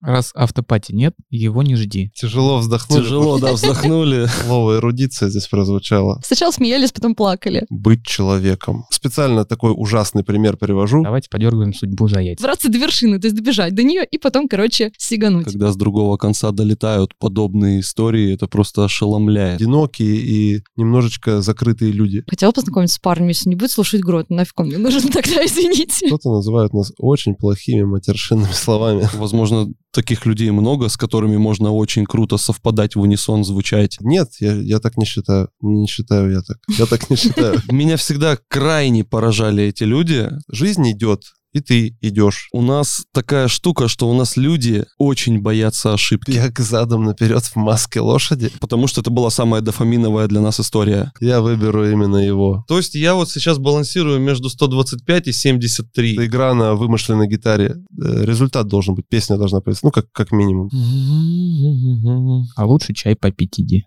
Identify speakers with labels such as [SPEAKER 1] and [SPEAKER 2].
[SPEAKER 1] Раз автопати нет, его не жди.
[SPEAKER 2] Тяжело вздохнули.
[SPEAKER 3] Тяжело, да, вздохнули.
[SPEAKER 2] Слово эрудиция здесь прозвучало.
[SPEAKER 4] Сначала смеялись, потом плакали.
[SPEAKER 2] Быть человеком. Специально такой ужасный пример привожу.
[SPEAKER 1] Давайте подергаем судьбу за яйца.
[SPEAKER 4] Добраться до вершины, то есть добежать до нее и потом, короче, сигануть.
[SPEAKER 3] Когда с другого конца долетают подобные истории, это просто ошеломляет.
[SPEAKER 2] Одинокие и немножечко закрытые люди.
[SPEAKER 4] Хотела познакомиться с парнем, если не будет слушать грот, ну, нафиг он мне нужен тогда, извините.
[SPEAKER 2] Кто-то называет нас очень плохими матершинными словами.
[SPEAKER 3] Возможно, таких людей много, с которыми можно очень круто совпадать в унисон, звучать.
[SPEAKER 2] Нет, я, я так не считаю. Не считаю я так. Я так не считаю.
[SPEAKER 3] Меня всегда крайне поражали эти люди.
[SPEAKER 2] Жизнь идет, и ты идешь.
[SPEAKER 3] У нас такая штука, что у нас люди очень боятся ошибки.
[SPEAKER 2] Я к задом наперед в маске лошади.
[SPEAKER 3] Потому что это была самая дофаминовая для нас история.
[SPEAKER 2] Я выберу именно его.
[SPEAKER 5] То есть я вот сейчас балансирую между 125 и 73.
[SPEAKER 2] Это игра на вымышленной гитаре. Э, Результат должен быть, песня должна появиться. Ну, как, как минимум.
[SPEAKER 1] А лучше чай попить иди.